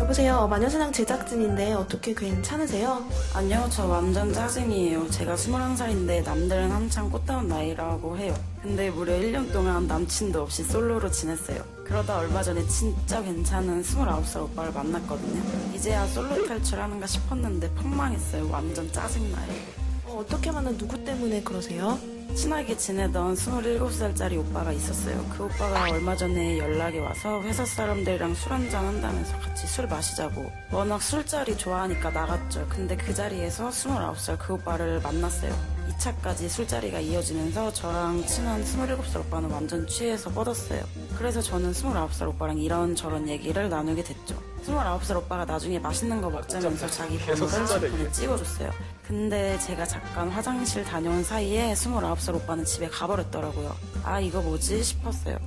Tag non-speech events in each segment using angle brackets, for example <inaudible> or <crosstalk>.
여보세요. 마녀사냥 제작진인데 어떻게 괜찮으세요? 안녕, 저 완전 짜증이에요. 제가 21살인데 남들은 한창 꽃다운 나이라고 해요. 근데 무려 1년 동안 남친도 없이 솔로로 지냈어요. 그러다 얼마 전에 진짜 괜찮은 29살 오빠를 만났거든요. 이제야 솔로 탈출하는가 싶었는데 폭망했어요. 완전 짜증나요. 어, 떻게 만나 누구 때문에 그러세요? 친하게 지내던 27살짜리 오빠가 있었어요. 그 오빠가 얼마 전에 연락이 와서 회사 사람들이랑 술 한잔 한다면서 같이 술 마시자고. 워낙 술자리 좋아하니까 나갔죠. 근데 그 자리에서 29살 그 오빠를 만났어요. 2차까지 술자리가 이어지면서 저랑 친한 27살 오빠는 완전 취해서 뻗었어요. 그래서 저는 29살 오빠랑 이런저런 얘기를 나누게 됐죠. 29살 오빠가 나중에 맛있는 거 먹자면서 자기 계속 번호를 술자리 핸드폰에 찍어줬어요. 근데 제가 잠깐 화장실 다녀온 사이에 29살 오빠는 집에 가버렸더라고요. 아, 이거 뭐지? 싶었어요.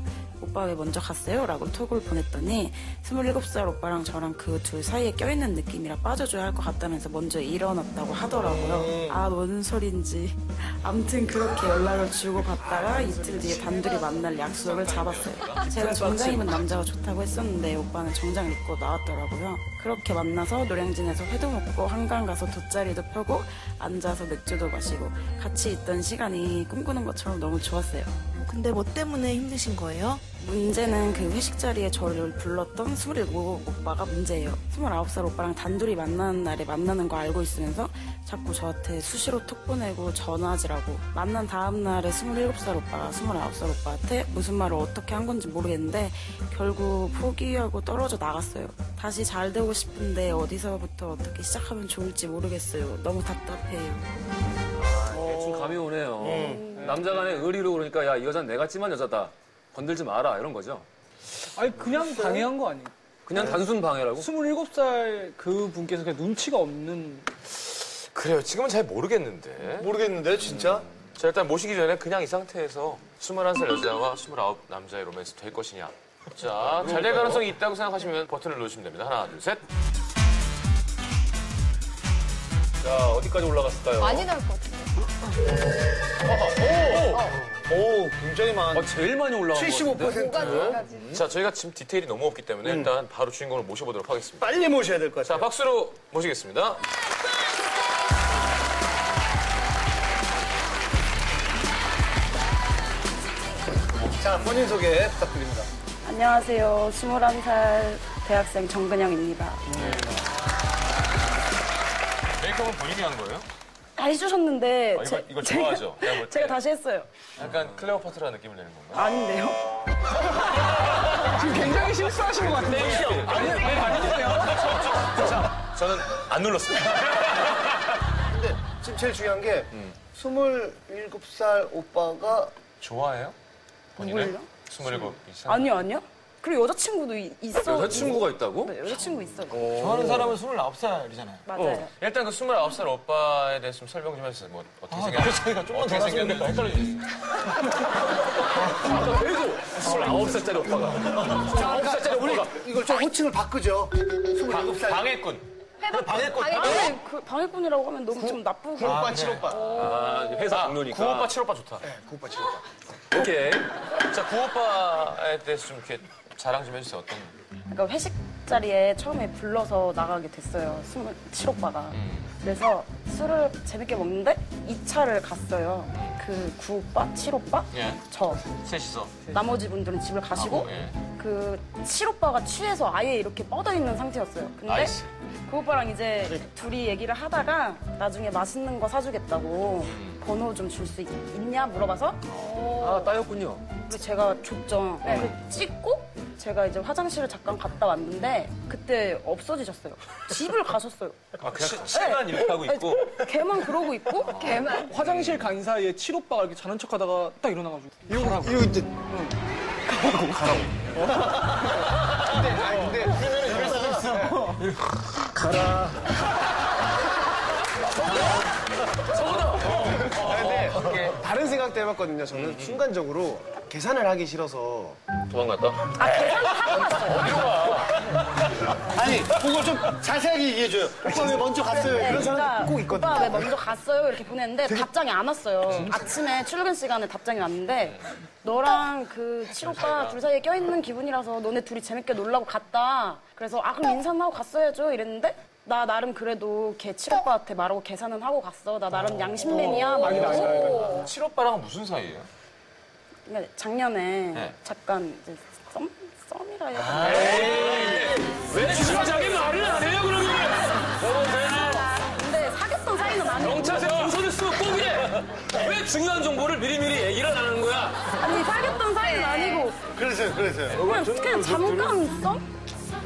오빠 왜 먼저 갔어요? 라고 톡을 보냈더니 27살 오빠랑 저랑 그 둘 사이에 껴있는 느낌이라 빠져줘야 할 것 같다면서 먼저 일어났다고 하더라고요. 아, 뭔 소린지. 암튼 그렇게 연락을 주고받다가 이틀 뒤에 단둘이 만날 약속을 잡았어요. 제가 정장 입은 남자가 좋다고 했었는데 오빠는 정장을 입고 나왔더라고요. 그렇게 만나서 노량진에서 회도 먹고 한강 가서 돗자리도 펴고 앉아서 맥주도 마시고 같이 있던 시간이 꿈꾸는 것처럼 너무 좋았어요. 어, 근데 뭐 때문에 힘드신 거예요? 문제는 그 회식 자리에 저를 불렀던 27 오빠가 문제예요. 29살 오빠랑 단둘이 만나는 날에 만나는 거 알고 있으면서 자꾸 저한테 수시로 톡 보내고 전화하지라고 만난 다음 날에 27살 오빠가 29살 오빠한테 무슨 말을 어떻게 한 건지 모르겠는데 결국 포기하고 떨어져 나갔어요. 다시 잘 되고 싶은데 어디서부터 어떻게 시작하면 좋을지 모르겠어요. 너무 답답해요. 대충 감이 오네요. 남자 간의 의리로 그러니까 야, 이 여자는 내가 찜한 여자다. 건들지 마라. 이런 거죠. 아니 그냥 방해한 거 아니에요? 그냥 단순 방해라고? 27살 그 분께서 그냥 눈치가 없는 그래요. 지금은 잘 모르겠는데. 모르겠는데 진짜? 자, 일단 모시기 전에 그냥 이 상태에서 21살 여자와 29 남자의 로맨스 될 것이냐. 자, 잘 될 가능성이 있다고 생각하시면 버튼을 누르시면 됩니다. 하나, 둘, 셋. 자, 어디까지 올라갔을까요? 많이 나올 것 같은데. 오 굉장히 많은 아, 제일 많이 올라간 거 같은데? 75% 음. 고가지까지. 자, 저희가 지금 디테일이 너무 없기 때문에 일단 바로 주인공을 모셔보도록 하겠습니다. 빨리 모셔야 될 것 자, 같아요. 박수로 모시겠습니다. 자, 본인 소개 부탁드립니다. 안녕하세요. 21살 대학생 정근영입니다. 메이크업은 본인이 한 거예요? 다 해주셨는데 아, 이거, 이거 좋아하죠? 내가 볼 때. 제가 다시 했어요. 약간 클레오파트라 느낌을 내는 건가요? 아닌데요? 굉장히 실수하신 것 같아요 저는 안 눌렀어요. 근데 지금 제일 중요한 게 27살 오빠가 좋아해요? 본인을? 27 이상? 아니요, 아니요. 그리고 여자친구도 이- 있어. 여자친구가 있다고? 네, 여자친구 있어. 좋아하는 사람은 29살이잖아요 맞아요. 일단 그 29살 오빠에 대해서 좀 설명 좀 해주세요. 뭐 어떻게 아, 생겼는지. 어떻게 생겼는지. 헷갈려주세요. 그리고 29살짜리 오빠가. 이걸 좀 호칭을 바꾸죠. 27살. 방해꾼. 방해꾼. 방해꾼. 아니, 그 방해꾼이라고 하면 너무 좀 나쁘고. 그러니까 오빠, 칠오빠. 아, 회사 동료니까. 구오빠, 칠오빠 좋다. 오빠, 네, 칠오빠. 오케이. 자, 구오빠에 대해서 좀 이렇게 자랑 좀 해주세요. 어떤. 아. 그러니까 회식 자리에 처음에 불러서 나가게 됐어요. 27오빠가. 음. 그래서 술을 재밌게 먹는데 2차를 갔어요. 그 9오빠, 7오빠, 예. 저. 셋이서. 나머지 분들은 집을 가시고 아, 예. 그 7오빠가 취해서 아예 이렇게 뻗어 있는 상태였어요. 근데 아이씨. 그 오빠랑 이제 둘이 얘기를 하다가 나중에 맛있는 거 사주겠다고 음. 번호 좀 줄 수 있냐 물어봐서 아, 따였군요. 근데 제가 어. 줬죠. 그 찍고 제가 이제 화장실을 잠깐 갔다 왔는데 그때 없어지셨어요. 집을 <laughs> 가셨어요. 아, 그냥 시간 이렇게 하고 있고. 네. 아. 걔만 그러고 있고 걔만 화장실 간 사이에 칠오빠가 이렇게 자는 척 하다가 딱 일어나가지고 이거 라고 이거 이제. 가라고. 근데, 아니, 근데. 그러면은 여기서 가라. 저보다. 근데 다른 생각도 해봤거든요. 음. 저는 순간적으로 계산을 하기 싫어서 도망갔다? 아 계산을 하고 갔어요. 아니, 그거 좀 자세하게 얘기해줘요. 오빠 왜 먼저 갔어요? 그러니까 그런 네, 사람들 꼭 있거든요. 그러니까 오빠 왜 먼저 갔어요? 이렇게 보냈는데 답장이 안 왔어요. 아침에 출근 시간에 답장이 왔는데 너랑 그 칠오빠 둘 사이에 껴있는 기분이라서 너네 둘이 재밌게 놀라고 갔다. 그래서 아 그럼 인사는 하고 갔어야죠 이랬는데 나 나름 그래도 걔 칠오빠한테 말하고 계산은 하고 갔어. 나 아. 나름 양심맨이야. 막 이러고 칠오빠랑 무슨 사이예요? 그러니까 작년에 네. 잠깐 이제 썸? 썸이라 해야 되나? 아, 네. 왜 지금 자기 말을 안 해요 그러면? 근데 사귀었던 사이는 아니고 경찰서 문서를 쓰면 꼭 이래. 왜 중요한 정보를 미리미리 얘기를 안 하는 거야? 아니 사귀었던 네. 사이는 아니고 그래서요, 그래서요. 그냥, 그냥 잠깐 썸?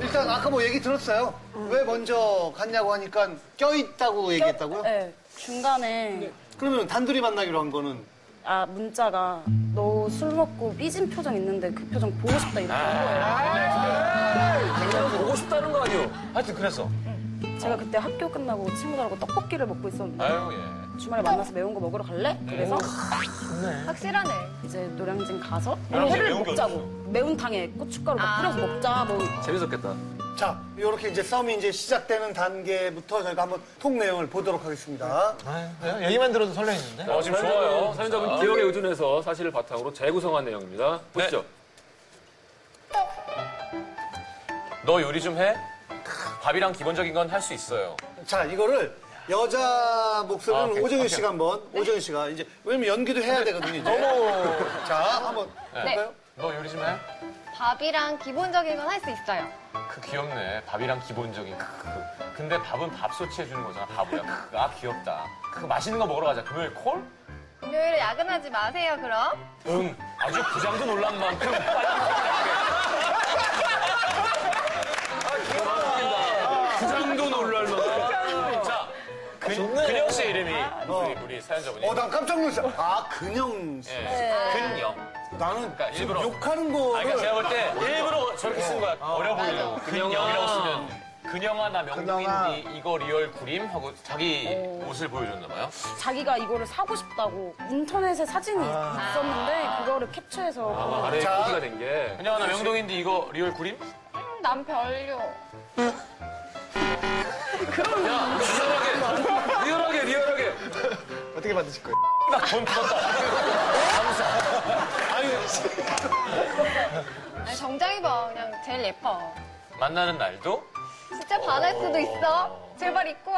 일단 아까 뭐 얘기 들었어요. 왜 먼저 갔냐고 하니까 껴있다고 얘기했다고요? 네, 중간에 그러면 단둘이 만나기로 한 거는 아 문자가 너 술 먹고 삐진 표정 있는데 그 표정 보고 싶다 이렇게 한 거예요. 아, 네. 보고 싶다는 거 아니에요? 하여튼 그래서. 제가 그때 학교 끝나고 친구들하고 떡볶이를 먹고 있었는데 아유 예. 주말에 만나서 매운 거 먹으러 갈래? 그래서 확실하네. 이제 노량진 가서 노량진 회를 매운 게 먹자고 매운탕에 고춧가루 아. 막 뿌려서 먹자 뭐 재밌었겠다. 자, 이렇게 이제 싸움이 이제 시작되는 단계부터 저희가 한번 통 내용을 보도록 하겠습니다. 얘기만 들어도 네? 설레는데. 어 지금 좋아요. 사연자분 네. 자. 기억에 의존해서 사실을 바탕으로 재구성한 내용입니다. 보시죠. 너 요리 좀 해? 크, 밥이랑 기본적인 건 할 수 있어요. 자, 이거를 여자 아, 목소리는 오케이, 오정현 오케이. 씨가 한번, 오정현 씨가 이제, 왜냐면 연기도 해야 되거든요, 이제. 어머. 네. 자, 한번 볼까요? 너 요리 좀 해? 밥이랑 기본적인 건 할 수 있어요. 그 귀엽네. 밥이랑 기본적인. 크, 크. 근데 밥은 밥솥이 해주는 거잖아. 바보야. 크, 아 귀엽다. 그 맛있는 거 먹으러 가자. 금요일 콜? 금요일에 야근하지 마세요, 그럼. 응. 아주 부장도 놀란 만큼. 빨리 아, 부장도 놀랄 만큼. 자, 그, 근영 씨 이름이 우리, 우리 사연자분이. 어, 난 깜짝 놀랐어. 아, 근영 씨. 예, 근영. 나는 그러니까 일부러. 욕하는 아, 그러니까 제가 볼 거를 때 일부러 저렇게 쓴 거야. 어려 보이려고. 근영이라고 쓰면. 근영아 나 명동인디 이거 리얼 구림 하고 자기 옷을 보여줬나 봐요. 자기가 이거를 사고 싶다고 인터넷에 사진이 있었는데 그거를 캡처해서 아, 아래에 자. 표기가 된 게. 근영아 나 명동인디 이거 리얼 구림? 음, 난 <laughs> 별로. 리얼하게, 리얼하게. 어떻게 <laughs> 받으실 거예요? 아니, 정장 입어. 그냥 제일 예뻐. 만나는 날도 진짜 반할 수도 있어. 제발 입고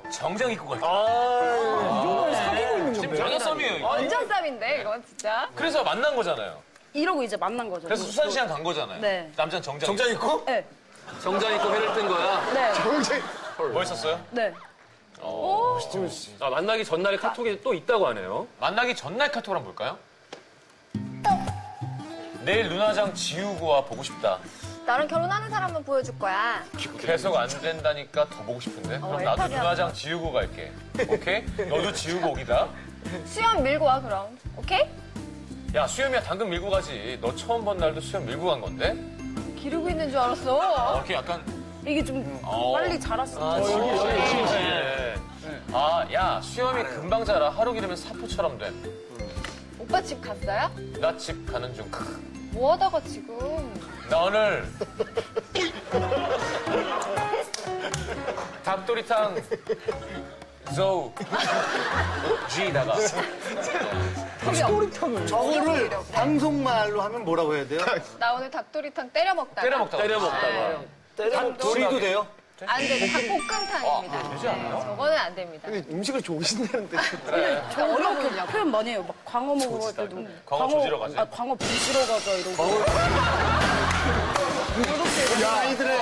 와. 정장 입고 갈게. 아, 이거는 사귀고 있는 건데. 지금 장난감이에요. 이거. 완전 쌈인데, 이건 진짜. 그래서 만난 거잖아요. 이러고 이제 만난 거죠. 그래서 수산 시장 간 거잖아요. 네. 남자는 정장. 정장 입고? 네, 정장 입고 회를 뜬 거야. 네, 멋있었어요? 네. 아, 만나기 전날에 카톡이 또 있다고 하네요. 만나기 전날 카톡을 한번 볼까요? 내일 눈화장 지우고 와 보고 싶다. 나랑 결혼하는 사람만 보여줄 거야. 계속 안 된다니까 더 보고 싶은데? 어, 그럼 나도 엘파리야. 눈화장 지우고 갈게. 오케이? 너도 지우고 오기다. 수염 밀고 와, 그럼. 오케이? 야 수염이야 당근 밀고 가지. 너 처음 본 날도 수염 밀고 간 건데? 기르고 있는 줄 알았어. 어, 이렇게 약간 이게 좀 빨리 자랐어. 아, 진짜. 아, 야, 수염이 금방 자라. 하루 기르면 사포처럼 돼. 오빠 집 갔어요? 나 집 가는 중. 크. 뭐 하다가 지금. 나 오늘 닭도리탕 조 G다가 닭도리탕을. 저거를 네. 방송말로 하면 뭐라고 해야 돼요? 아, 나 오늘 닭도리탕 때려 먹다가. 때려 먹다가 네. 때려 먹다가. 도리도 돼요? 안 돼, 닭볶음탕입니다. 되지 않아요? 네, 저거는 안 됩니다. 근데 음식을 좋아하신다는 뜻이 저 어려운 그 표현 많이 해요. 막 광어 먹으러 갈 때도 광어 조지러 가지. 아, 광어 부지러 가자 이러고. 아이들의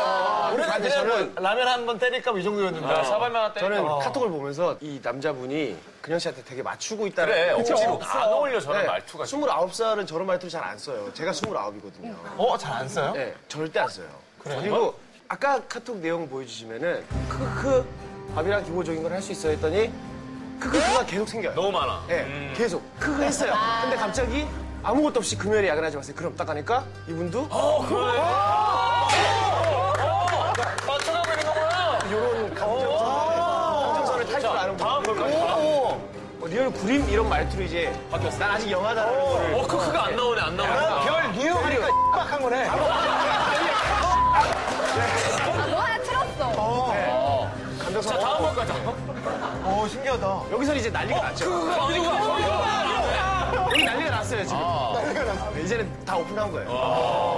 근데 저는 라면 한 번 때릴까 뭐 이 정도였는데. 나 아, 아. 사발만 하나 때려 저는 어. 카톡을 보면서 이 남자분이 근영 씨한테 되게 맞추고 있다는 그래 느낌이 억지로 없어요. 안 어울려 저런 네, 말투가 29살은 저런 말투를 잘 안 써요. 제가 29이거든요. 어, 잘 안 써요? 네, 절대 안 써요. 그리고 아까 카톡 내용 보여주시면은 크크 밥이랑 기본적인 걸 할 수 있어 했더니 크크가 계속 생겨요. 너무 많아 음. 예, 계속 크크 했어요. 근데 갑자기 아무것도 없이 금요일에 야근하지 마세요. 그럼 딱 하니까 이분도 어, 아 쳐다보고 있는 거구나 이런 감정선을 탈 줄 아는 다음 분. 볼까요? 다음. 뭐 리얼 구림 이런 말투로 이제 바뀌었어. 난 아직 영하다는 거를. 어 그러니까 크크가 안 나오네 안 나오네 별 이유 하니까 빡한 거네. 아, 뭐 신기하다. 여기서 이제 어, 난리가 났죠. 여기 난리가 났어요, 지금. 아, 이제는 다 오픈한 거예요. 어.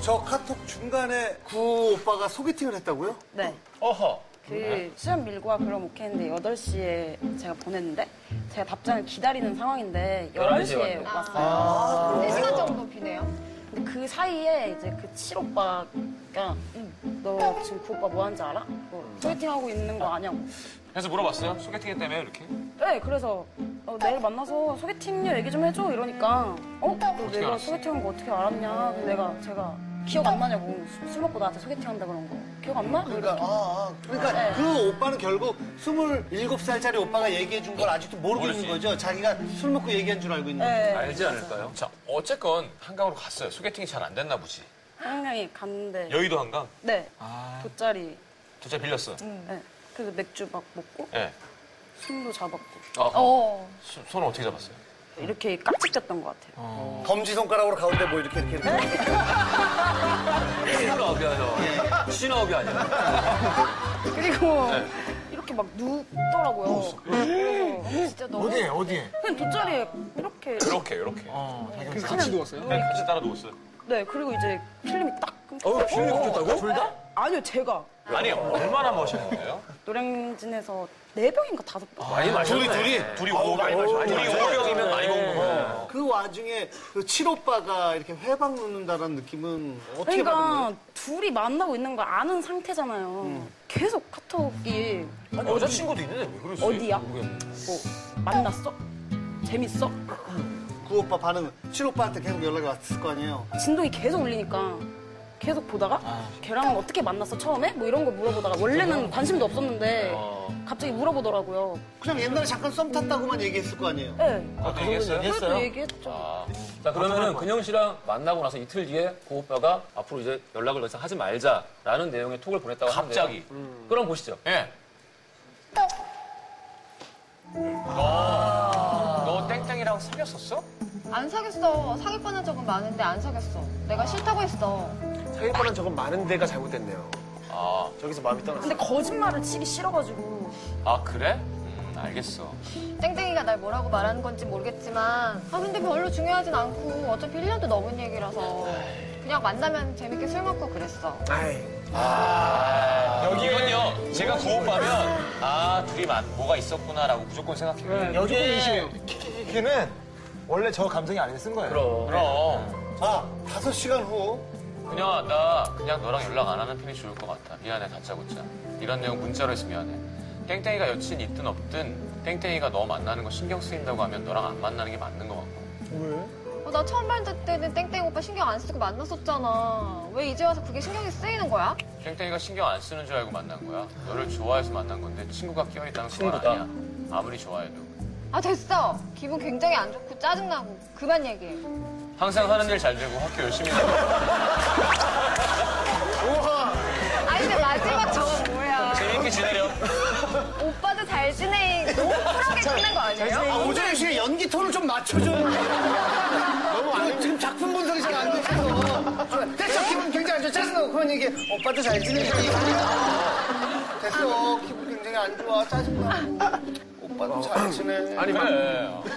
저 카톡 중간에 구 오빠가 소개팅을 했다고요? 네. 어허. 그 수염 밀고와 그럼 오케이인데 8시에 제가 보냈는데 제가 답장을 기다리는 상황인데 11시 에 11시에 왔네요. 왔어요. 아. 네 시간 정도 비네요. 근데 그 사이에 이제 그 칠오빠가 응, 너 지금 그 오빠 뭐 하는지 알아? 뭐 소개팅하고 있는 거 아냐고. 그래서 물어봤어요. 소개팅 했다며 이렇게? 네, 그래서 어, 내일 만나서 소개팅료 얘기 좀 해줘 이러니까 어? 그 내가 알았어? 소개팅한 거 어떻게 알았냐? 그 내가 제가 기억 안 나냐고 술- 술 먹고 나한테 소개팅한다 그런 거 기억 안 나? 그러니까, 아, 아. 그러니까 네. 그 오빠는 결국 27살짜리 오빠가 얘기해 준 걸 아직도 모르고 있는 거죠? 자기가 술 먹고 얘기한 줄 알고 있는 거죠? 네, 알지 않을까요? 자, 어쨌건 한강으로 갔어요. 소개팅이 잘 안 됐나 보지. 한강에 갔는데 여의도 한강? 네, 돗자리 도짜 빌렸어. 음. 네. 그래서 맥주 막 먹고 예. 술도 잡았고 어, 어. 손- 손을 어떻게 잡았어요? 이렇게 깍지꼈던 것 같아요 검지 손가락으로 가운데 뭐 이렇게 이렇게. 이렇게. 신업이 아니라. 신업이 아니라. 그리고 이렇게 막 눕더라고요 그래서 진짜 너무. 어디에요? 그냥 돗자리에 이렇게 이렇게, 이렇게. 어, 같이 그 누웠어요? 같이 따라 누웠어요. 네 그리고 이제 필름이 딱 끊겨 어, 비율이 붙였다고? 둘 다? 아니요 제가 아니, 얼마나 마셨는데요? 노량진에서 네병인가 다섯 병 아, 많이 마셨네. 둘이 오, 많이 마셨어. 둘이 오병이면 많이 먹는 거구나. 그 와중에 그 칠오빠가 이렇게 회방 놓는다는 느낌은 어떻게 받은 거예요? 그러니까 둘이 만나고 있는 걸 아는 상태잖아요 계속 카톡이 아니, 여자친구도 있는데 왜 그랬어요? 아, 어디야? 뭐 만났어? 재밌어? 그 오빠 반응은 칠오빠한테 계속 연락이 왔을 거 아니에요? 진동이 계속 울리니까 계속 보다가 아. 걔랑 어떻게 만났어 처음에? 뭐 이런 거 물어보다가 원래는 관심도 없었는데 어. 갑자기 물어보더라고요. 그냥 옛날에 잠깐 썸 탔다고만 얘기했을 거 아니에요? 네. 아, 그 얘기했어요? 아. 그래도 얘기했죠. 자, 그러면은 근영 씨랑 만나고 나서 이틀 뒤에 그 오빠가 앞으로 이제 연락을 더 이상 하지 말자라는 내용의 톡을 보냈다고 하는데. 음. 갑자기. 그럼 보시죠. 예. 너, 너 땡땡이랑 사귀었었어? 안 사귀었어. 사귈 뻔한 적은 많은데 안 사귀었어. 내가 싫다고 했어. 사귈 뻔한 적은 많은 데가 잘못됐네요. 아, 저기서 마음이 떠났어요. 근데 거짓말을 치기 싫어가지고 아 그래? 음, 알겠어. 땡땡이가 날 뭐라고 말하는 건지 모르겠지만 아 근데 별로 중요하진 않고 어차피 1년도 넘은 얘기라서 그냥 만나면 재밌게 술 먹고 그랬어. 아이, 아, 여기는요, 제가 그 음. 오빠면 아 둘이 만, 뭐가 있었구나라고 무조건 네. 생각해요. 여기 키키키는 원래 저 감정이 아닌데 쓴 거예요. 그럼. 그럼 아, 다섯 시간 후 그냥 나 그냥 너랑 연락 안 하는 편이 좋을 것 같아. 미안해 다짜고짜. 이런 내용 문자로 해서 미안해. 땡땡이가 여친 있든 없든 땡땡이가 너 만나는 거 신경 쓰인다고 하면 너랑 안 만나는 게 맞는 것 같고. 어, 나 처음 만날 때는 땡땡 오빠 신경 안 쓰고 만났었잖아. 왜 이제 와서 그게 신경이 쓰이는 거야? 땡땡이가 신경 안 쓰는 줄 알고 만난 거야. 너를 좋아해서 만난 건데 친구가 끼어있다는 건 친구다. 아니야. 아무리 좋아해도. 아 됐어. 기분 굉장히 안 좋고 짜증나고 그만 얘기해. 항상 하는 일 잘 되고 학교 열심히 하고. 아니 근데 마지막 저건 뭐야? 재밌게 지내렴. 오빠도 잘 지내. 너무 쿨하게 끝낸 거 아니에요? 아, 오정현 씨의 연기 톤을 좀 낮춰줘. 음. 너무 안 지금 작품 분석이 잘 안 됐어. 됐어, 기분 굉장히 안 좋아. 짜증나고 그런 얘기. 오빠도 잘 지내고. 됐어, 기분 굉장히 안 좋아. 짜증나고. 오빠도 잘 지내. 아니,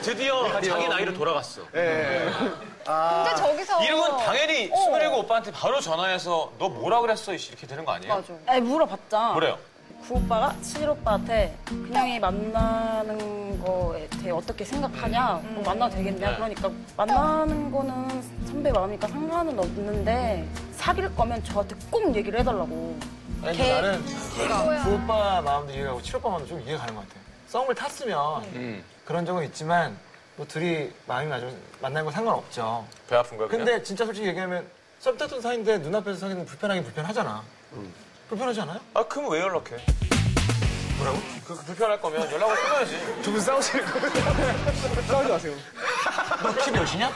드디어 네. 자기 나이로 돌아갔어. 근데 저기서 이런 건 당연히 어. 스물일곱 오빠한테 바로 전화해서 너 뭐라 그랬어? 이씨 이렇게 되는 거 아니에요? 맞아. 아니 예, 물어봤자 뭐래요? 구 오빠가 칠 오빠한테 그냥이 만나는 거에 대해 어떻게 생각하냐 그럼 만나도 네. 되겠냐 그러니까 만나는 거는 선배 마음이니까 상관은 없는데 사귈 거면 저한테 꼭 얘기를 해달라고 아니, 걔- 근데 나는 그 오빠 마음도 이해가 가고 칠오빠 마음도 좀 이해가 가는 것 같아. 썸을 탔으면 음. 그런 적은 있지만 뭐 둘이 마음이 맞으면 만나는 건 상관없죠. 배 아픈 거야 그냥? 근데 진짜 솔직히 얘기하면 썸 탔던 사이인데 눈앞에서 사귀는 불편하긴 불편하잖아. 불편하지 않아요? 아 그럼 왜 연락해? 뭐라고? 그, 그 불편할 거면 연락을 끊어야지. 두 분 싸우실 거예요. <laughs> 싸우지 마세요. 키 몇이냐?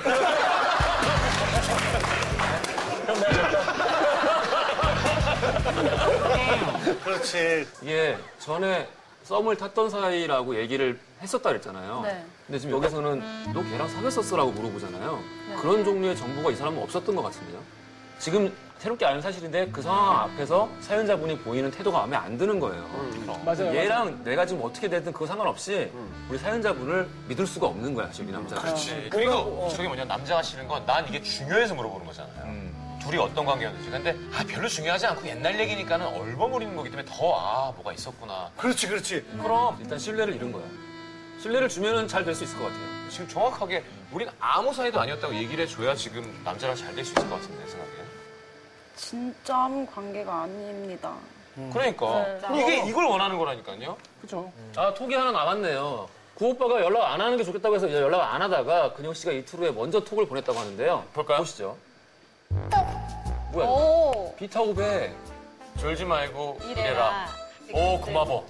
그렇지. 이게 예, 전에 썸을 탔던 사이라고 얘기를 했었다 그랬잖아요. 네. 근데 지금 음. 네. 여기서는 너 걔랑 사귀었었어라고 물어보잖아요. 그런 종류의 정보가 이 사람은 없었던 것 같은데요. 지금 새롭게 아는 사실인데 그 상황 앞에서 사연자분이 보이는 태도가 마음에 안 드는 거예요. 맞아요. 얘랑 내가 지금 어떻게 되든 그거 상관없이 우리 사연자분을 믿을 수가 없는 거야, 지금 이 남자가. 그렇지. 그리고 저게 뭐냐 남자가 싫은 건 난 이게 중요해서 물어보는 거잖아요. 음. 둘이 어떤 관계였는지. 근데 아, 별로 중요하지 않고 옛날 얘기니까는 얼버무리는 거기 때문에 더 아 뭐가 있었구나. 그렇지, 그렇지. 음. 그럼 일단 신뢰를 잃은 거야. 신뢰를 주면은 잘 될 수 있을 것 같아요. 지금 정확하게 우린 아무 사이도 아니었다고 얘기를 해줘야 지금 남자랑 잘 될 수 있을 것 같은데 생각에. 진짜 아무 관계가 아닙니다. 음. 그러니까 이게 이걸 원하는 거라니까요. 아, 톡이 하나 남았네요. 구 오빠가 연락 안 하는 게 좋겠다고 해서 연락 안 하다가 근영 씨가 이틀 후에 먼저 톡을 보냈다고 하는데요. 볼까요? 보시죠. 뭐야? 이거? 오, 비타고 배. 졸지 말고 이래라. 오그 고마워.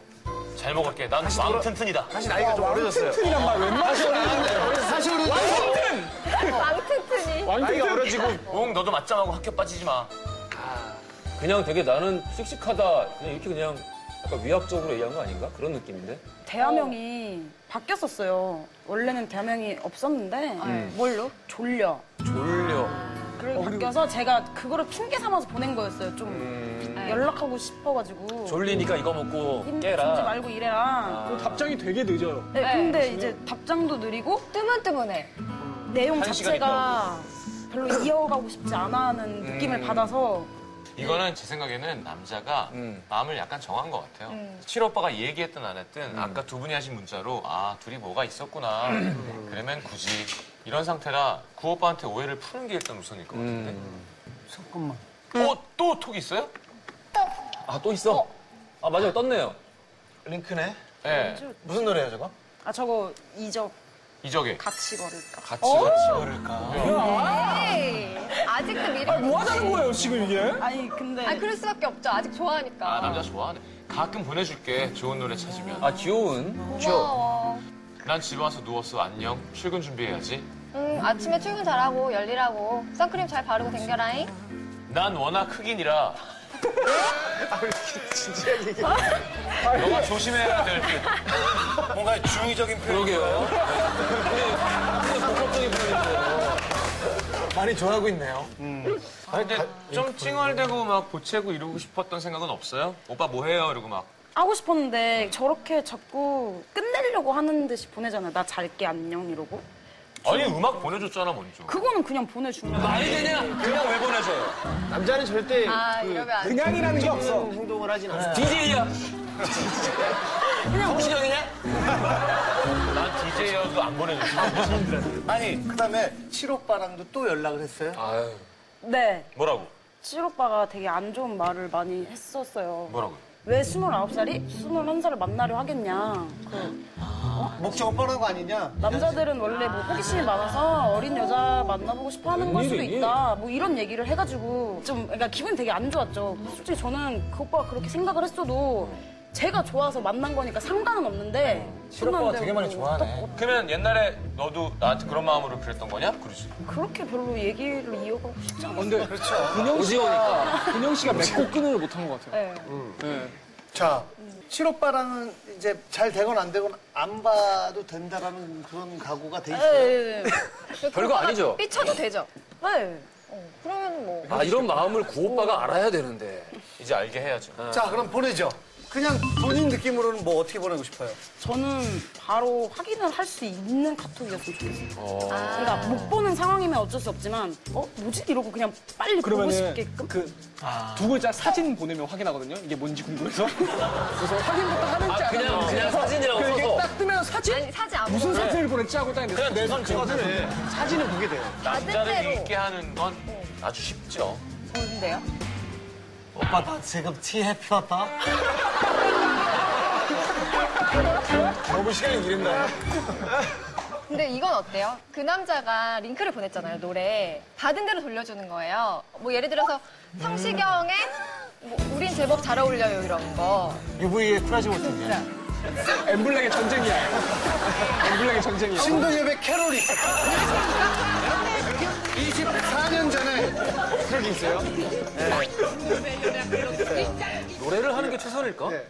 잘 먹을게. 난 마음 튼튼이다. 다시 나이가 좀 어려졌어요. 튼튼이란 말 웬만하면 안 해요. 사실은 왕 튼튼이. 나이가 어려지고 웅 너도 맞짱하고 학교 빠지지 마. 아. 그냥 되게 나는 씩씩하다. 그냥 이렇게 그냥 약간 위압적으로 얘기한 거 아닌가? 그런 느낌인데? 대화명이 바뀌었었어요. 원래는 대화명이 없었는데 뭘로? 졸려. 졸려. 그리고 바뀌어서 제가 그거를 핑계 삼아서 보낸 거였어요. 좀 음. 네. 연락하고 싶어가지고. 음. 졸리니까 이거 먹고 힘 깨라. 주지 음, 말고 이래라. 아, 답장이 되게 늦어요. 네, 네. 근데 이제 답장도 느리고 음. 뜨문뜨문해. 내용 한 시간 자체가 별로 이어가고 싶지 않아 하는 느낌을 받아서 이거는 제 생각에는 남자가 마음을 약간 정한 것 같아요. 칠 오빠가 얘기했든 안 했든 음. 아까 두 분이 하신 문자로 아 둘이 뭐가 있었구나. 음. 그러면 굳이 이런 상태라 구 오빠한테 오해를 푸는 게 일단 우선일 것 같은데. 음. 잠깐만. 어또 톡 있어요? 아, 또 있어? 아, 맞아요. 떴네요. 링크네. 예. 음. 무슨 노래예요 저거? 아 저거 이적 이적에 같이 걸을까? 같이 같이 걸을까. 에이, 네. 아직도 미래. 아, 뭐 하자는 거예요, 지금 이게? 아니 근데 아, 그럴 수밖에 없죠. 아직 좋아하니까. 아 남자 좋아하네. 가끔 보내줄게 좋은 노래 찾으면. 아, 귀여운. 고마워. 난 집에 와서 누웠어 안녕. 출근 준비해야지. 음, 아침에 출근 잘하고 열일하고 선크림 잘 바르고 댕겨라잉. 난 워낙 흑인이라. 진짜 얘기. 너가 조심해야 될 듯. 뭔가 중의적인 표현. 그러게요. 근데 복합적인 분인데요. 많이 좋아하고 있네요. 근데 좀 찡얼대고 막 보채고 이러고 싶었던 생각은 없어요? 오빠 뭐 해요? 이러고 막. 하고 싶었는데 저렇게 자꾸 끝내려고 하는 듯이 보내잖아요. 나 잘게 안녕 이러고 아니 음악 보내줬잖아 먼저. 그거는 그냥 보내준 거예요. 아니 그냥 그냥 왜 보내줘요? 남자는 절대 아, 이러면 안 돼. 그냥이라는 게 없어. 행동을 하진 않아요. DJ야. 난 DJ여도 안 보내줬어. 아니, 그 다음에 칠오빠랑도 또 연락을 했어요? 아유. 네, 뭐라고? 칠 오빠가 되게 안 좋은 말을 많이 했었어요. 뭐라고? 왜 29살이 21살을 만나려 하겠냐. 그 아. 목적은 뻔한 거 아니냐? 남자들은 원래 뭐 호기심이 많아서 어린 여자 만나보고 싶어 하는 걸 수도 웬일이니? 있다. 뭐 이런 얘기를 해가지고 좀, 그러니까 기분이 되게 안 좋았죠. 솔직히 저는 그 오빠가 그렇게 생각을 했어도 제가 좋아서 만난 거니까 상관은 없는데. 칠 오빠가 끝났는데 되게 많이 뭐 좋아하네. 그러면 옛날에 너도 나한테 그런 마음으로 그랬던 거냐? 그러지. 그렇게 별로 얘기를 이어가고 싶지 않아요. 근데 근영 씨가 근영 씨가 맺고 끊을 못한 것 같아요. 네. 네. 자, 칠오빠랑은 이제 잘 되건 안 되건 안 봐도 된다라는 그런 각오가 돼 있어요. 네. 별거 아니죠? 삐쳐도 되죠. 네. 어, 그러면 뭐. 아, 이런 마음을 구 오빠가 알아야 되는데. 이제 알게 해야죠. 자, 그럼 보내죠. 그냥 본인 느낌으로는 뭐 어떻게 보내고 싶어요? 저는 바로 확인을 할 수 있는 카톡이었으면 좋겠어요. 그러니까 못 보는 상황이면 어쩔 수 없지만 어 뭐지 이러고 그냥 빨리 보고 그러면은 싶게끔. 그 아. 두 글자 사진 보내면 확인하거든요. 이게 뭔지 궁금해서. 그래서 확인부터 하는지 아, 안 그냥, 하는지. 그냥 사진이라고 그 이게 써서. 네. 딱 뜨면 사진? 아니, 사지 않고. 무슨 사진을 보냈지 하고 딱 했는데 내손 찍어서 사진을 보게 돼요. 남자를 반대로. 잃게 하는 건 아주 쉽죠. 뭔데요? 오빠 나 지금 티 해피 왔다. 너무 시간이 이른다. 근데 이건 어때요? 그 남자가 링크를 보냈잖아요, 노래. 받은 대로 돌려주는 거예요. 뭐 예를 들어서 성시경의 뭐 우린 제법 잘 어울려요, 이런 거. UV에 쿨하지 못했냐. 엠블랙의 전쟁이야. 엠블랙의 전쟁이야. 신동엽의 캐롤이. 24년 전에 노래를 하는 게 최선일까? 네.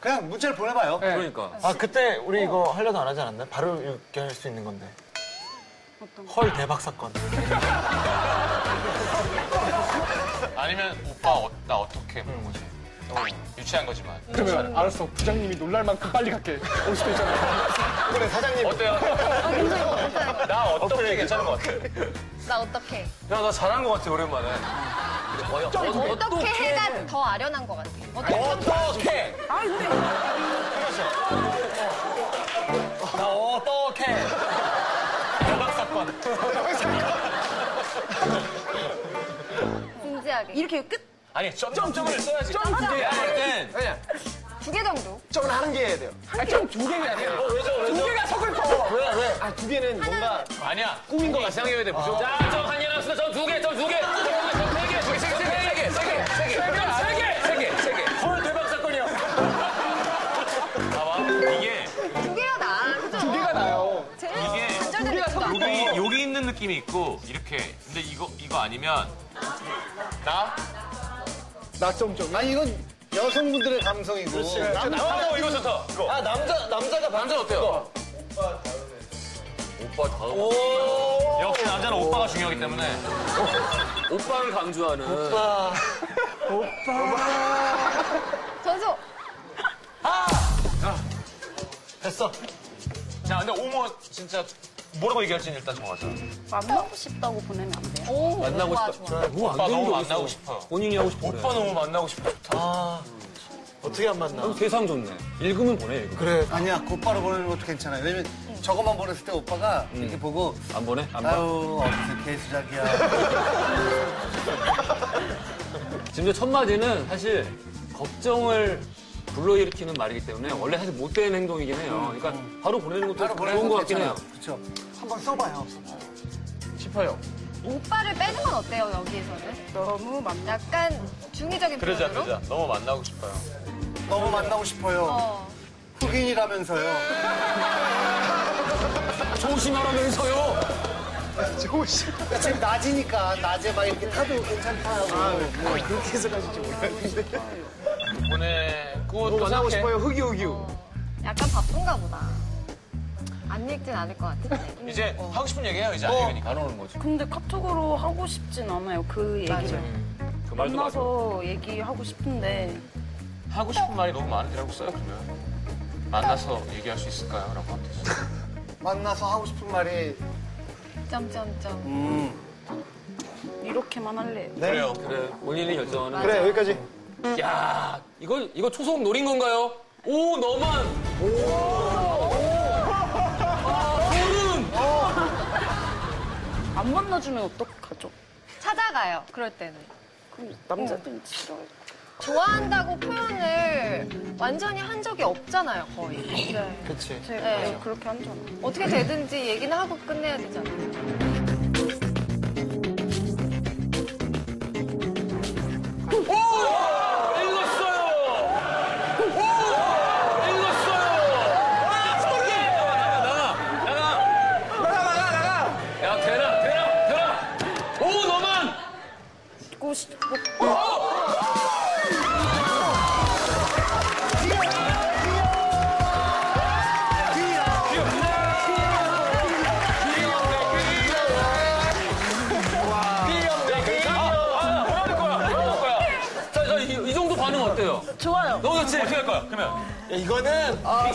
그냥 문자를 보내봐요. 그러니까. 아 그때 우리 이거 하려도 안 하지 않았나? 바로 이렇게 할 수 있는 건데. 헐 대박 사건. 아니면 오빠 어- 나 어떻게 그런 거지. 유치한 거지만. 그러면 알았어 부장님이 놀랄 만큼 빨리 갈게 올 수도 있잖아 그래 사장님 어때요? 나 어떻게 괜찮은 것 같아. 나 어떻게? 야, 나 잘한 것 같아, 오랜만에. 어떻게 해가 더 아련한 것 같아. 어떻게 어떻게? 아, 근데. 나 어떻게? 대박사건. 진지하게. 이렇게 끝? 아니, 점점점을 써야지. 점두 개. 야, 아니야. 두 개 정도. 점은 하는 게 해야 돼요. 아좀두 개가 어, 왜죠, 왜죠? 두 개가 섞을 왜, 왜? 아, 두 개는 뭔가 아니야. 꾸민 거 같이 생각해야 돼, 무조건. 자, 점 한 개 남았습니다. 점 두 개, 점 두 개, 점세 개, 점세 개, 세 개, 세 개, 세 개, 세 개, 세 개. 헐 대박 사건이야. 봐봐. 이게, 두 개가 나. 그죠? 두 개가 나요 제일 이게 안절된 느낌도 안 여기, 여기 있는 느낌이 있고, 이렇게. 근데 이거, 이거 아니면. 나? 나점점 아니 이건 여성분들의 감성이고 아, 어, 이거 좋다. 이거. 아 남자 남자가 남자 어때요? 오빠 다음. 역시 남자는 오빠가 중요하기 때문에. 오빠를 강조하는. 전소. 됐어. 자, 근데 오모 진짜 뭐라고 얘기할지는 일단 정하자. 만나고 싶다고 보내면 안 돼요? 오, 만나고 좋아, 싶다. 좋아. 오빠 너무 만나고 싶어. 본인이 하고 싶어. 오빠 너무 만나고 싶어. 어떻게 안 만나? 세상 좋네. 읽으면 보내, 읽으면. 그래 아니야 곧바로 보내는 것도 괜찮아요 왜냐면 저것만 보냈을 때 오빠가 이렇게 보고 안 보내? 음. 안 봐. 아유 어떻게 수작이야 지금 첫 마디는 사실 걱정을 불러일으키는 말이기 때문에 원래 사실 못된 행동이긴 해요. 그러니까 바로 보내는 것도 좋은 것 같긴 해요. 그렇죠 한번 써봐요. 싶어요 오빠를 빼는 건 어때요, 여기에서는? 너무 만 약간 중의적인 그러자, 표현으로? 그러자. 너무 만나고 싶어요. 너무 만나고 싶어요 어. 네. 흑인이라면서요 조심하라면서요. 지금 낮이니까 낮에 막 이렇게 타도 괜찮다 하고 아, 네. 그렇게 해서 가실지 모르겠는데. 보내고 또 생각해. 만나고 싶어요, 흑이 흑이. 약간 바쁜가 보다. 안 읽진 않을 것 같은데. <laughs> 이제 하고 싶은 얘기해요, 이제 안 되니까. 안 오는 거죠. 근데 카톡으로 하고 싶진 않아요. 그 얘기를 그 말도 맞아. 만나서 얘기하고 싶은데 하고 싶은 말이 너무 많으라고 써요, 그러면. 만나서 얘기할 수 있을까요? 라고 하면 되지. 만나서 하고 싶은 말이 점점점. 음. 이렇게만 할래요. 그래요. 그래, 본인이 결정하는. 그래, 여기까지. 야, 이거 이거 초속 노린 건가요? 오, 너만. 오. 아, 소름. 안 만나주면 어떡하죠? 음, 찾아가요, 그럴 때는. 음. 그럼 남자들이 싫어요. 좋아한다고 표현을 완전히 한 적이 없잖아요, 거의. 그렇지. 제가 네. 네. 그렇게 한 줄 알아요. 어떻게 되든지 얘기는 하고 끝내야 되잖아요. 읽었어요. 오, 읽었어요. 와, 소름. 나가, 나가, 나가, 나가, 나가, 나가. 야, 대라, 대라, 대라. 오, 너만. 꼬시, 자, 자, 이, 이 정도 반응 어때요? 좋아요. 너무 좋지. 어떻게 할 거야, 그러면? 야, 이거는 아,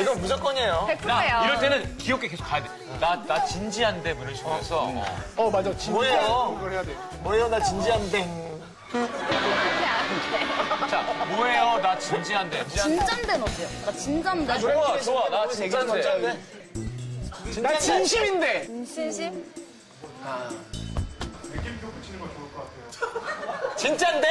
이건 무조건이에요. 100%예요. 나 이럴 때는 귀엽게 계속 가야 돼. 나, 나 진지한데, 뭐 이런 식으로 해서. 어. 어 맞아 진 뭐예요? 그걸 해야 돼 뭐예요? 나 진지한데. 자, 뭐예요? 나 진지한데. 진짠데 어때요? 나 진짠데. 좋아, 좋아. 나 진지한데. 나 진심인데 진심? 진짠데?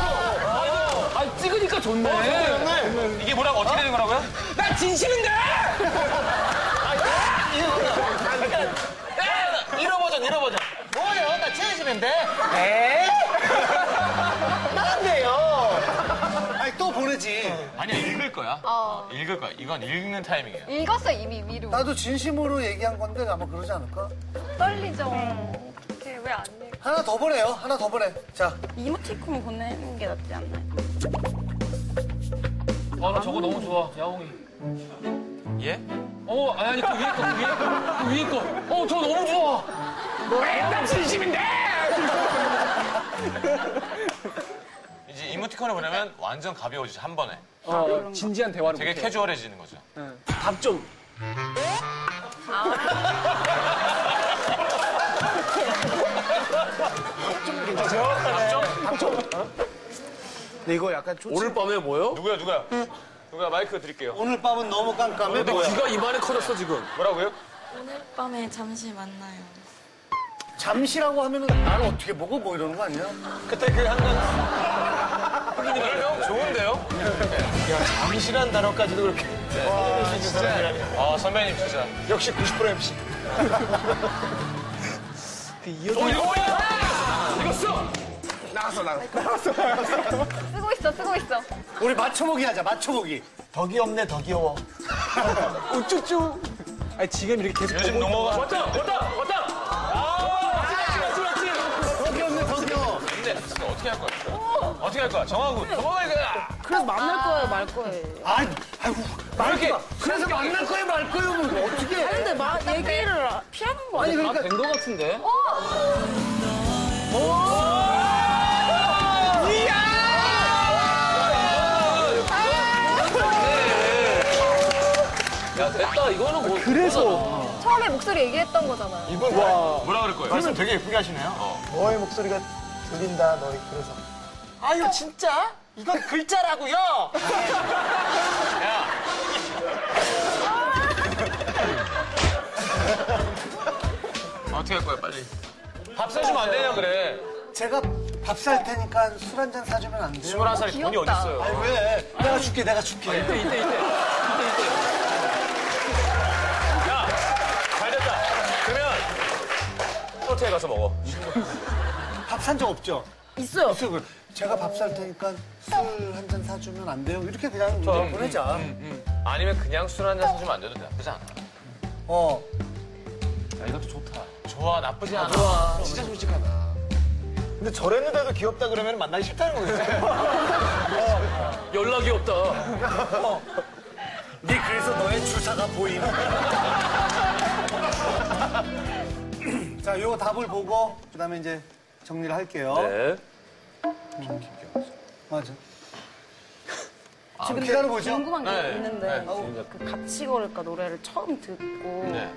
아, 찍으니까 좋네. 이게 뭐라고 어떻게 되는 거라고요? 아, 나 진심인데! 잃어버전, 잃어버전. 뭐예요? 나 친해지는데. <laughs> 아니 또 보내지 아니야, 읽을 거야. 어. 읽을 거야. 이건 읽는 타이밍이에요. 읽었어, 이미 위로. 나도 진심으로 얘기한 건데 아마 그러지 않을까 떨리죠. 어떻게 음. 왜안 읽어? 하나 더 보내요 하나 더 보내 자 이모티콘 보내는 게 낫지 않나요? 어, 아, 나 저거 너무 좋아. 야옹이. 예? 어, 아니, 아니, 그 위에 거, 그 위에 거, 그 위에 거. 어, 저 너무 좋아. 이제 이모티콘을 보내면 완전 가벼워지죠, 한 번에. 어, 진지한 대화를 되게 못해요. 캐주얼해지는 거죠. 답 좀. 근데 이거 약간 초 오늘 밤에 뭐요? 누구야, 누구야? 누구야, 마이크 드릴게요. 오늘 밤은 너무 깜깜해 너 귀가 입안에 커졌어, 지금. 뭐라고요? 오늘 밤에 잠시 만나요. 잠시라고 하면은 나를 어떻게 보고 뭐 이러는 거 아니야? 그때 그 한건 오늘 형 좋은데요? 잠시란 단어까지도 그렇게 네. 아, 선배님 진짜. 역시 90% MC. 나갔어 나갔어 쓰고 있어, 쓰고 있어. 우리 맞춰보기 하자 맞춰보기 덕이 없네 더 귀여워. 우쭈쭈. 아니, 지금 이렇게 계속. 요즘 뭐, 농어가 왔다, 왔다, 왔다. 덕이 없네 덕이 귀여워 근데 진짜 어떻게 할 거야? 어떻게 할 거야? 정하고 도망갈 거야. 그래서 만날 거예요, 말 거예요. 아이, 아이고 말 거야 그래서 만날 거예요 말 거예요 뭐 어떻게 해 근데 막 얘기를 피하는 거 아니야? 아, 된 거 같은데? 야, 됐다. 이거는 뭐. 아, 그래서. 처음에 목소리 얘기했던 거잖아요. 이걸 와. 뭐라 그럴 거야? 말씀 되게 예쁘게 하시네요. 너의 목소리가 들린다 너의 그래서. 아유 진짜? 이건 글자라고요. 어떻게 어, 할 거야, 빨리. 밥 사주면 안 되냐, 그래. 제가 밥 살 테니까 술 한 잔 사주면 안 돼요? 21살이 돈이 귀엽다. 어딨어요. 아니 왜 내가 줄게 내가 줄게 이때, 이때, 이때. 잘 됐다. 그러면 호텔 가서 먹어. 밥 산 적 없죠? 있어요. 없어요 그럼. 제가 밥 살 테니까 술 한 잔 사주면 안 돼요? 이렇게 그냥 우리 보내자 아니면 그냥 술 한 잔 사주면 안 돼도 나쁘지 않아. 어 아, 좋아, 나쁘지 않아. 진짜 솔직하다 근데 저랬는데도 귀엽다 그러면 만나기 싫다는 거예요. 연락이 없다. 네 그래서 너의 주사가 보임 <laughs> 자 요 답을 보고 그 다음에 이제 정리를 할게요 네. 맞아 아, 그 지금 기다려보죠 궁금한 게 네, 있는데 네. 어, 그 같이 걸을까 노래를 처음 듣고 네.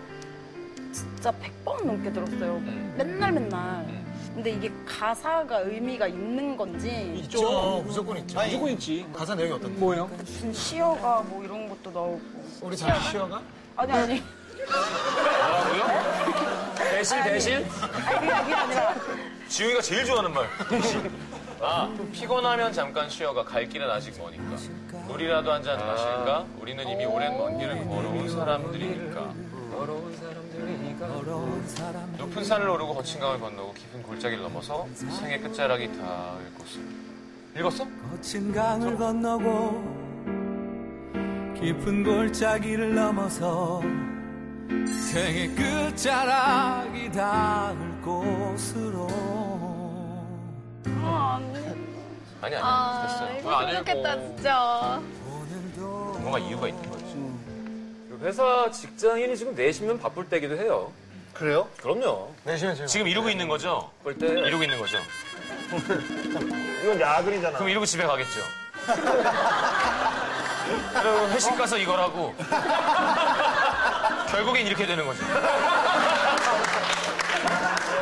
진짜 100번 넘게 들었어요. 맨날 맨날. 근데 이게 가사가 의미가 있는 건지 있죠. 무조건 있죠. 무조건 있지. 가사 내용이 어떤데? 뭐예요? 무슨 시어가 뭐 이런 것도 나오고 우리 잠시 쉬어가? 아니 아니 대신, 대신? 아니 그게 아니라 지웅이가 제일 좋아하는 말. 아, 피곤하면 잠깐 쉬어가 갈 길은 아직 머니까. 물이라도 한 잔 마실까? 우리는 이미 오랜 먼 길을 걸어온 음. 사람들이니까. 높은 산을 오르고 거친 강을 건너고 깊은 골짜기를 넘어서 생의 끝자락이 닿을 곳을. 읽었어? 거친 강을 건너고 깊은 골짜기를 넘어서 생의 끝자락이 닿을 곳으로 아니, 아, 아니. 됐어. 이거 좋겠다, 진짜. 뭔가 이유가 있는 거지. 음. 그 회사 직장인이 지금 내시면 바쁠 때기도 해요. 그래요? 그럼요. 내쉬면 제가. 지금 이러고 있는 거죠? 바쁠 때. 이러고 있는 거죠? <laughs> 이건 야근이잖아. 그럼 이러고 집에 가겠죠? <laughs> 그리고 회식 가서 이걸 하고. <laughs> 결국엔 이렇게 되는 거죠.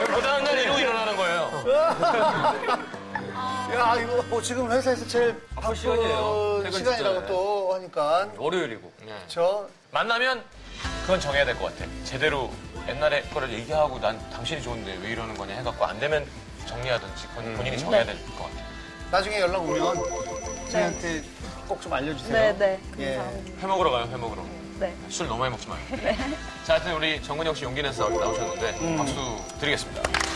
그 다음 날 이러고 일어나는 거예요. 야 이거 뭐 지금 회사에서 제일 바쁜 시간이에요. 퇴근 시간이라고 직전에. 또 하니까 월요일이고. 저 네. 만나면 그건 정해야 될 것 같아. 제대로 옛날에 거를 얘기하고 난 당신이 좋은데 왜 이러는 거냐 해갖고 안 되면 정리하든지 음. 그건 본인이 정해야 될 것 같아. 나중에 연락 오면 네. 저희한테 꼭 좀 알려주세요. 네네 예. 회 먹으러 가요, 회 먹으러. 네. 네. 술 너무 많이 먹지 마요. 자, 하여튼 우리 정근혁 씨 용기 내서 나오셨는데 박수 드리겠습니다.